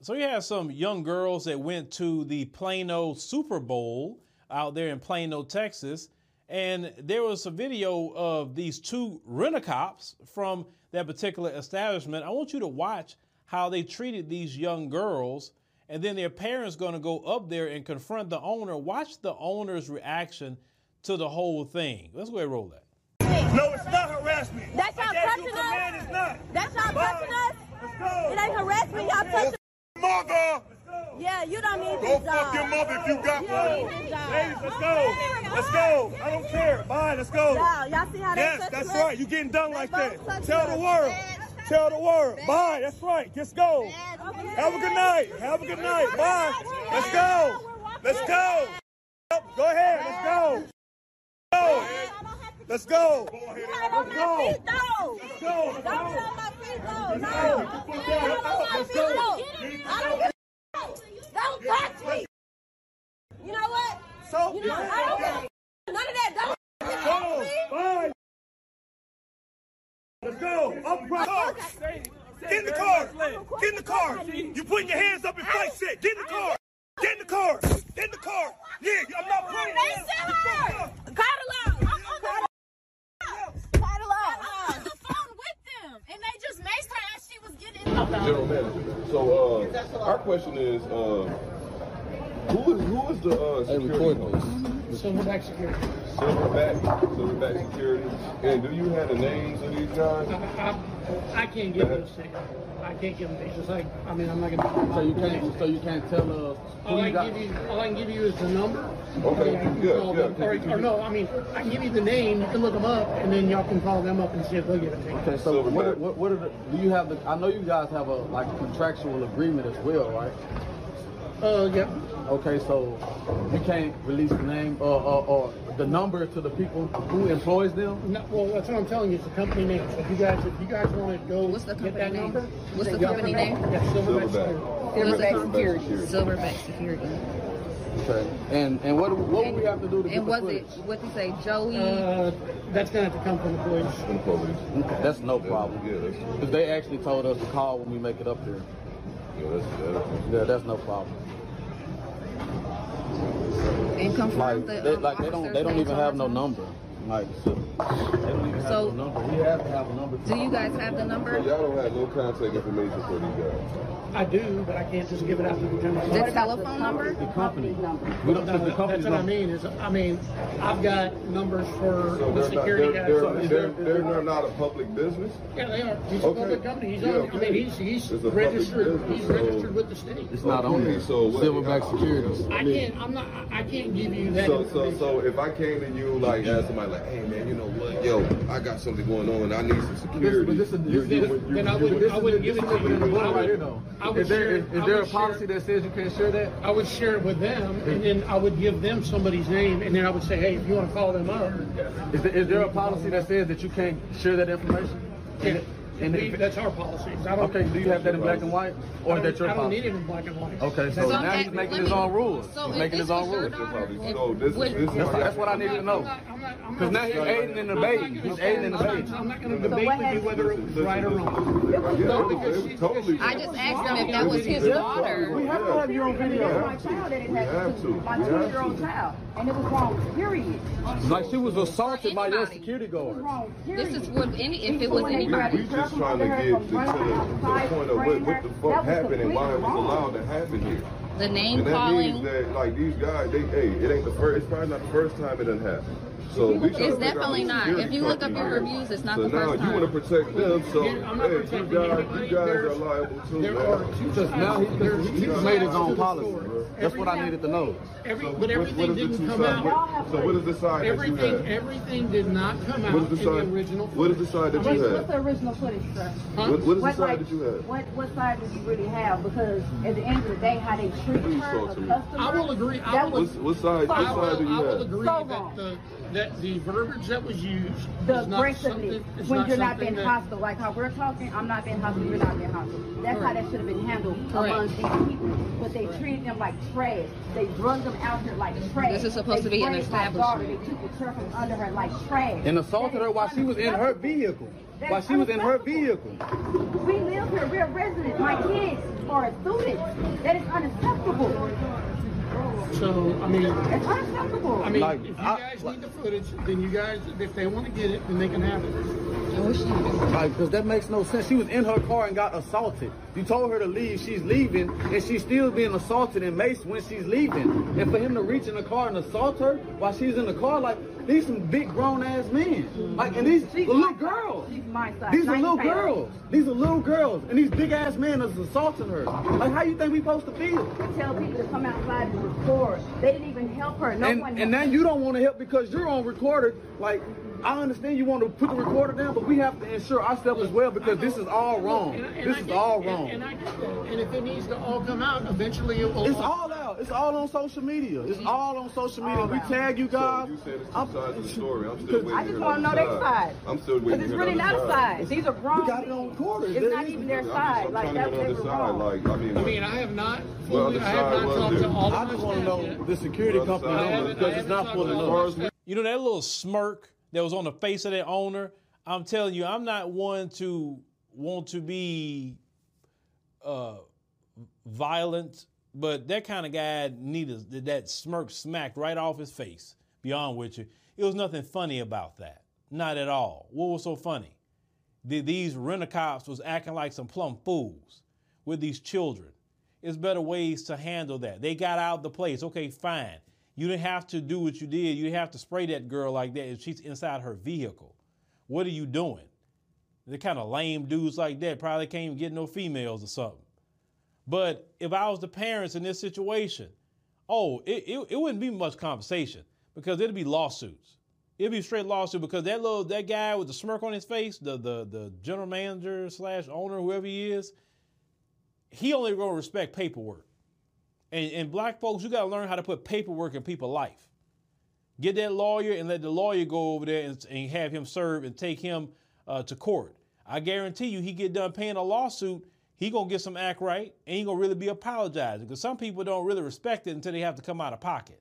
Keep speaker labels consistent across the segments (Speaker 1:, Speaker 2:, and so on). Speaker 1: So you had some young girls that went to the Plano Super Bowl out there in Plano, Texas, and there was a video of these two rent-a-cops from that particular establishment. I want you to watch how they treated these young girls, and then their parents going to go up there and confront the owner. Watch the owner's reaction to the whole thing. Let's go ahead and roll that.
Speaker 2: No, it's not harassment.
Speaker 3: That's
Speaker 2: I
Speaker 3: y'all
Speaker 2: guess
Speaker 3: touching
Speaker 2: you
Speaker 3: us.
Speaker 2: command It's not.
Speaker 3: That's y'all
Speaker 2: Bye.
Speaker 3: touching us.
Speaker 2: Let's go.
Speaker 3: It ain't harassment. Y'all touching.
Speaker 4: Mother!
Speaker 3: Yeah, you don't need
Speaker 4: Go
Speaker 3: this
Speaker 4: fuck your
Speaker 3: job.
Speaker 4: mother if you got
Speaker 3: You
Speaker 4: one.
Speaker 3: don't need this job.
Speaker 2: Ladies, let's go. Let's go. I don't care. Bye. Let's go.
Speaker 3: Y'all, y'all see how they
Speaker 2: Yes,
Speaker 3: touching
Speaker 2: that's
Speaker 3: us?
Speaker 2: right. You getting done like
Speaker 3: They
Speaker 2: that.
Speaker 3: both touching
Speaker 2: Tell the
Speaker 3: us.
Speaker 2: world.
Speaker 3: Bad.
Speaker 2: Tell the world. Bye. That's right. Just go.
Speaker 3: Okay.
Speaker 2: Have a good night. Have a good night. Bye. Let's go. Let's go. Go ahead. Let's go. Go. Let's go.
Speaker 3: Not on my feet though.
Speaker 2: Let's go. Let's
Speaker 3: Don't
Speaker 2: go.
Speaker 3: get on my feet though. No. Don't on my feet though. I don't give a fuck. Don't touch me. You know what?
Speaker 2: So,
Speaker 3: You know I don't give a fuck. None of that. Don't.
Speaker 2: go. Bye. Let's go. Up front. Get in the car. Get in the car. You putting your hands up and fight shit. Get in the car. Get in the car. Get in the car. Yeah, I'm not playing.
Speaker 3: They sell her. Carter Law. I'm on the phone. Carter Law.
Speaker 5: on the phone with them, and they just maced her as she was getting in the
Speaker 4: General manager. So, uh, our question is, uh, who is, who is the, uh, security? guard?
Speaker 6: Silverback security.
Speaker 4: Silverback, Silverback Security. And do you have the names of these guys?
Speaker 6: I, I can't give them shit. I can't give them. It's just like I mean, I'm not gonna.
Speaker 7: So you can't. So you can't tell us who
Speaker 6: All I
Speaker 7: you got.
Speaker 6: can give you, all I can give you is the number.
Speaker 4: Okay,
Speaker 6: Yeah, you can
Speaker 4: yeah,
Speaker 6: call
Speaker 4: yeah,
Speaker 6: them- Or,
Speaker 4: could you-
Speaker 6: or no, I mean, I can give you the name. You can look them up, and then y'all can call them up and see if they'll give it to you.
Speaker 7: Okay, so what,
Speaker 4: Silverback.
Speaker 7: are- what, what are the, do you have the? I know you guys have a like contractual agreement as well, right?
Speaker 6: Uh, yeah.
Speaker 7: Okay, so you can't release the name or, or, or the number to the people who employs them.
Speaker 6: No, well, that's what I'm telling you. It's the company name. So if you guys, if you guys want to go
Speaker 8: What's the
Speaker 6: get
Speaker 8: company
Speaker 6: that
Speaker 8: name?
Speaker 6: number,
Speaker 8: What's the
Speaker 6: yeah,
Speaker 8: company name?
Speaker 6: Yeah, Silverback. Security.
Speaker 4: Silverback.
Speaker 8: Silverback Security. Silverback Security.
Speaker 7: Okay, and and what do- what would we have to do to get
Speaker 8: And
Speaker 7: the
Speaker 8: was it
Speaker 7: footage?
Speaker 8: what they say, Joey?
Speaker 6: Uh, that's gonna have to come from the police.
Speaker 4: From the police.
Speaker 7: Okay, that's no problem.
Speaker 4: Yeah, that's,
Speaker 7: Because they actually told us to call when we make it up there.
Speaker 4: yeah, that's, that's.
Speaker 7: Yeah, that's no problem.
Speaker 8: and confirm
Speaker 7: Like
Speaker 8: the
Speaker 7: they,
Speaker 8: um,
Speaker 7: like they don't
Speaker 8: officer's
Speaker 7: they don't
Speaker 8: name
Speaker 7: even
Speaker 8: to
Speaker 7: have
Speaker 8: our
Speaker 7: no
Speaker 8: time?
Speaker 7: number. Like so, they don't even
Speaker 8: So-
Speaker 7: have no number. We have to have a number.
Speaker 8: Do you guys have the
Speaker 4: So
Speaker 8: number?
Speaker 4: y'all don't have no contact information for these guys?
Speaker 6: I do, but I can't just give it out to the general.
Speaker 8: The telephone number?
Speaker 7: the company. We don't
Speaker 6: No,
Speaker 7: have the
Speaker 6: that's
Speaker 7: company
Speaker 6: what I
Speaker 7: number.
Speaker 6: mean. Is I mean, I've got numbers for
Speaker 4: So
Speaker 6: the
Speaker 4: they're not, they're,
Speaker 6: security guys.
Speaker 4: they're,
Speaker 7: is
Speaker 4: they're,
Speaker 7: there-
Speaker 4: they're not- not a public business?
Speaker 6: yeah, they are. He's
Speaker 4: Okay.
Speaker 6: a public company. He's
Speaker 4: Yeah,
Speaker 6: on. I
Speaker 4: okay.
Speaker 6: mean, he's he's
Speaker 4: It's a public
Speaker 6: registered.
Speaker 4: business,
Speaker 6: he's
Speaker 4: so-
Speaker 6: registered with the state.
Speaker 7: It's not on
Speaker 4: Okay,
Speaker 7: there.
Speaker 4: so what-
Speaker 7: Silverback Securities.
Speaker 6: I can't. I'm not. I I can't give you that.
Speaker 4: So, so,
Speaker 6: information.
Speaker 4: so if I came to you like as somebody like, hey man, you know what, yo, I got something going on, I need some security.
Speaker 7: But this, but
Speaker 4: You-
Speaker 7: this,
Speaker 4: you
Speaker 6: then-
Speaker 4: would- you-
Speaker 6: then I
Speaker 4: you
Speaker 6: wouldn't-
Speaker 4: would-
Speaker 6: I wouldn't give it to you. I would-
Speaker 7: right here though.
Speaker 6: I would
Speaker 7: Is there,
Speaker 6: share-
Speaker 7: is,
Speaker 6: I
Speaker 7: is
Speaker 6: would
Speaker 7: there a
Speaker 6: share-
Speaker 7: policy that says you can't share that?
Speaker 6: I would share it with them, and then I would give them somebody's name, and then I would say, hey, if you want to call them up,
Speaker 7: Is there, is there a policy that says that you can't share that information?
Speaker 6: and,
Speaker 7: And
Speaker 6: we-
Speaker 7: if-
Speaker 6: that's our policies. I don't,
Speaker 7: Okay, do you have that in black and white, or
Speaker 6: I don't,
Speaker 7: is that your
Speaker 6: I don't need
Speaker 7: policy?
Speaker 6: it in black and white.
Speaker 7: Okay, so,
Speaker 8: So
Speaker 7: now
Speaker 8: that-
Speaker 7: he's making
Speaker 8: let
Speaker 7: his
Speaker 8: me-
Speaker 7: own rules.
Speaker 8: so
Speaker 7: he's
Speaker 8: if
Speaker 7: making
Speaker 8: this
Speaker 7: his own
Speaker 8: was your
Speaker 7: rules.
Speaker 8: daughter-
Speaker 4: So this is,
Speaker 8: Would-
Speaker 4: this is.
Speaker 7: That's, that's what I needed to
Speaker 6: I'm not-
Speaker 7: know.
Speaker 6: I'm not- I'm not-
Speaker 7: Because now he's aiding and abetting. He's aiding and
Speaker 6: I'm
Speaker 7: abetting.
Speaker 6: not, I'm not going to debate with you whether it was right or wrong.
Speaker 4: Yeah,
Speaker 6: No,
Speaker 4: it was-
Speaker 6: because
Speaker 4: it was
Speaker 6: she's-
Speaker 4: totally.
Speaker 8: I just asked him if that was his
Speaker 4: Yeah.
Speaker 8: daughter.
Speaker 4: have to have your own video. My child that it has to. My two-year-old child.
Speaker 7: Like she was assaulted by your
Speaker 8: Anybody.
Speaker 7: security guard.
Speaker 8: This is what any if it was
Speaker 4: We,
Speaker 8: anybody.
Speaker 4: we just trying to get to the, to the point of what, what the fuck happened and why it was allowed to happen here.
Speaker 8: The name
Speaker 4: And that means
Speaker 8: calling.
Speaker 4: that, like, these guys, they, hey, it ain't the first, it's probably not the first time it done happened. So we trying
Speaker 8: It's
Speaker 4: to figure out
Speaker 8: definitely
Speaker 4: who's
Speaker 8: not.
Speaker 4: security
Speaker 8: If you look up
Speaker 4: company
Speaker 8: your
Speaker 4: here.
Speaker 8: reviews, it's not
Speaker 4: so
Speaker 8: the first
Speaker 4: now you want
Speaker 8: time.
Speaker 4: to protect them, so,
Speaker 6: You- I'm not
Speaker 4: hey, you
Speaker 6: protecting
Speaker 4: guys,
Speaker 6: anybody.
Speaker 4: you guys are
Speaker 6: There's-
Speaker 4: liable too,
Speaker 6: There
Speaker 4: man.
Speaker 6: are two
Speaker 7: Just now
Speaker 6: sides. There's
Speaker 7: he, he
Speaker 6: two
Speaker 7: made his
Speaker 6: sides to
Speaker 7: own
Speaker 6: the
Speaker 7: policy.
Speaker 6: story.
Speaker 7: That's what I needed to know.
Speaker 6: Every,
Speaker 4: So what-
Speaker 6: but
Speaker 4: what
Speaker 6: everything
Speaker 4: is the
Speaker 6: didn't
Speaker 4: two
Speaker 6: come
Speaker 4: sides?
Speaker 6: out.
Speaker 4: What- So what is the side that you
Speaker 6: Everything,
Speaker 4: have?
Speaker 6: everything did not come out
Speaker 4: What is
Speaker 6: in
Speaker 4: the side?
Speaker 6: the original.
Speaker 4: What is the side that
Speaker 9: What's,
Speaker 4: you
Speaker 9: what's
Speaker 4: have?
Speaker 9: the original footage, sir?
Speaker 4: What,
Speaker 6: Huh?
Speaker 4: what is the
Speaker 9: What,
Speaker 4: side
Speaker 9: like,
Speaker 4: that you have?
Speaker 9: What, what side do you really have? Because at the end of the day, how they treat
Speaker 4: Please
Speaker 9: her,
Speaker 4: talk
Speaker 9: a
Speaker 4: to me.
Speaker 9: customer.
Speaker 6: I will agree. I
Speaker 9: That
Speaker 6: will-
Speaker 9: was
Speaker 4: What's, what side? What
Speaker 6: I
Speaker 4: side do
Speaker 6: will,
Speaker 4: you
Speaker 6: I
Speaker 4: have?
Speaker 6: will agree
Speaker 9: So
Speaker 6: that
Speaker 9: wrong.
Speaker 6: the, that the verbiage that was used
Speaker 9: the
Speaker 6: is not
Speaker 9: aggressiveness
Speaker 6: something, is
Speaker 9: when
Speaker 6: not
Speaker 9: you're not
Speaker 6: something
Speaker 9: being
Speaker 6: that-
Speaker 9: hostile. Like how we're talking, I'm not being hostile, you're not being hostile. That's how that should have been handled
Speaker 8: Correct.
Speaker 9: amongst these people. But they treated them like trash. They drug them out here like trash.
Speaker 8: this is supposed
Speaker 9: They
Speaker 8: to be an
Speaker 9: raped my daughter. They took the turf from under her like trash.
Speaker 7: And assaulted
Speaker 9: That
Speaker 7: her
Speaker 9: is
Speaker 7: while she was in her vehicle.
Speaker 9: That
Speaker 7: While
Speaker 9: is
Speaker 7: she was in her
Speaker 9: unacceptable.
Speaker 7: vehicle.
Speaker 9: We live here, we're residents. My kids are students. That is unacceptable.
Speaker 6: So, I mean,
Speaker 9: It's unacceptable.
Speaker 6: I mean,
Speaker 7: Like,
Speaker 6: if you
Speaker 7: I-
Speaker 6: guys need the footage, then you guys, if they want to get it, then they can have it.
Speaker 8: I wish you would.
Speaker 7: Like, cause that makes no sense. She was in her car and got assaulted. You told her to leave. She's leaving, and she's still being assaulted and maced when she's leaving. And for him to reach in the car and assault her while she's in the car, like these some big grown ass men. Like, and these
Speaker 9: She's
Speaker 7: little
Speaker 9: my size.
Speaker 7: girls.
Speaker 9: She's my size.
Speaker 7: These are
Speaker 9: 90
Speaker 7: little
Speaker 9: pounds.
Speaker 7: girls. These are little girls, and these big ass men is assaulting her. Like, how you think we supposed to feel?
Speaker 9: tell people to come outside and record. They didn't even help her. No one
Speaker 7: and and now
Speaker 9: helped.
Speaker 7: you don't want to help because you're on recorder. Like, I understand you want to put the recorder down, but we have to ensure ourselves as well because this is all wrong.
Speaker 6: And I- and
Speaker 7: This
Speaker 6: I
Speaker 7: is
Speaker 6: get-
Speaker 7: all
Speaker 6: and-
Speaker 7: wrong.
Speaker 6: And I get that. And if it needs to all come out, eventually it will.
Speaker 7: It's all out. It's all on social media. It's all on social media.
Speaker 9: All
Speaker 7: we
Speaker 9: out.
Speaker 7: tag you
Speaker 4: So
Speaker 7: guys.
Speaker 4: you said it's two
Speaker 7: I'm-
Speaker 4: sides of the story. I'm still waiting.
Speaker 9: I
Speaker 4: to
Speaker 9: just
Speaker 4: hear
Speaker 9: want to
Speaker 4: the
Speaker 9: know
Speaker 4: other
Speaker 9: their side.
Speaker 4: I'm still waiting.
Speaker 9: Because
Speaker 4: to
Speaker 9: it's
Speaker 4: hear
Speaker 9: really
Speaker 4: the
Speaker 9: not
Speaker 4: other
Speaker 9: a side. These are wrong.
Speaker 7: We got it
Speaker 9: people.
Speaker 7: on recorder.
Speaker 9: It's
Speaker 7: There
Speaker 9: not
Speaker 7: is-
Speaker 9: even their
Speaker 4: I'm just-
Speaker 9: side.
Speaker 4: I'm
Speaker 9: Like
Speaker 4: trying to
Speaker 9: that's
Speaker 4: get the
Speaker 9: they were
Speaker 4: other side.
Speaker 9: wrong.
Speaker 4: Like I mean,
Speaker 6: I mean, I have not,
Speaker 4: Well,
Speaker 6: fully-
Speaker 4: the
Speaker 6: I have
Speaker 4: side
Speaker 6: not
Speaker 4: was
Speaker 6: talked to
Speaker 4: there.
Speaker 6: all
Speaker 7: I
Speaker 6: of my
Speaker 7: just want to
Speaker 6: staff
Speaker 7: know
Speaker 6: yet.
Speaker 7: the security
Speaker 4: Well, the
Speaker 7: company
Speaker 4: side was-
Speaker 7: numbers because
Speaker 6: I
Speaker 7: it's not
Speaker 6: haven't
Speaker 7: pulling
Speaker 6: talked
Speaker 4: as far as
Speaker 7: up.
Speaker 4: we
Speaker 1: You know that little smirk that was on the face of that owner. I'm telling you, I'm not one to want to be uh, violent, but that kind of guy needed that- that smirk smacked right off his face. Beyond with you, it was nothing funny about that. Not at all. What was so funny? Th- These renter cops was acting like some plumb fools with these children. It's better ways to handle that. They got out the place. Okay, fine. You didn't have to do what you did. You didn't have to spray that girl like that if she's inside her vehicle. What are you doing? The kind of lame dudes like that probably can't even get no females or something. But if I was the parents in this situation, oh, it, it, it wouldn't be much conversation because it'd be lawsuits. It'd be straight lawsuit because that little that guy with the smirk on his face, the the the general manager slash owner, whoever he is, he only gonna respect paperwork. And and black folks, you gotta learn how to put paperwork in people's life. Get that lawyer and let the lawyer go over there and, and have him serve and take him uh, to court. I guarantee you, he get done paying a lawsuit, he gonna get some act right, and he gonna really be apologizing because some people don't really respect it until they have to come out of pocket,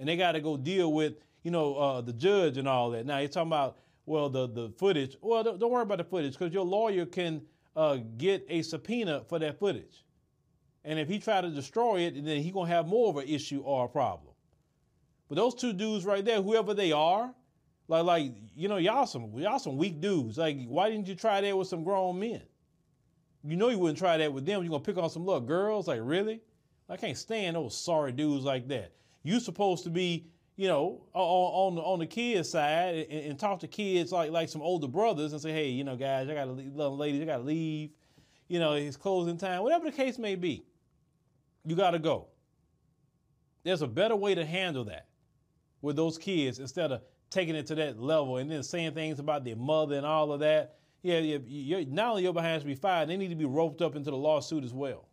Speaker 1: and they got to go deal with you know uh, the judge and all that. Now you're talking about well the the footage. Well, don't, don't worry about the footage because your lawyer can uh, get a subpoena for that footage, and if he try to destroy it, then he gonna have more of an issue or a problem. But those two dudes right there, whoever they are, like like you know y'all some y'all some weak dudes. Like why didn't you try that with some grown men? You know you wouldn't try that with them. You're gonna pick on some little girls. Like really? I can't stand those sorry dudes like that. You supposed to be you know o- o- on the, on the kids side and, and talk to kids like like some older brothers and say hey you know guys I gotta leave, little ladies I gotta leave. You know it's closing time. Whatever the case may be, you gotta go. There's a better way to handle that with those kids instead of taking it to that level and then saying things about their mother and all of that. Yeah, yeah, you're, not only your behind should be fired, they need to be roped up into the lawsuit as well.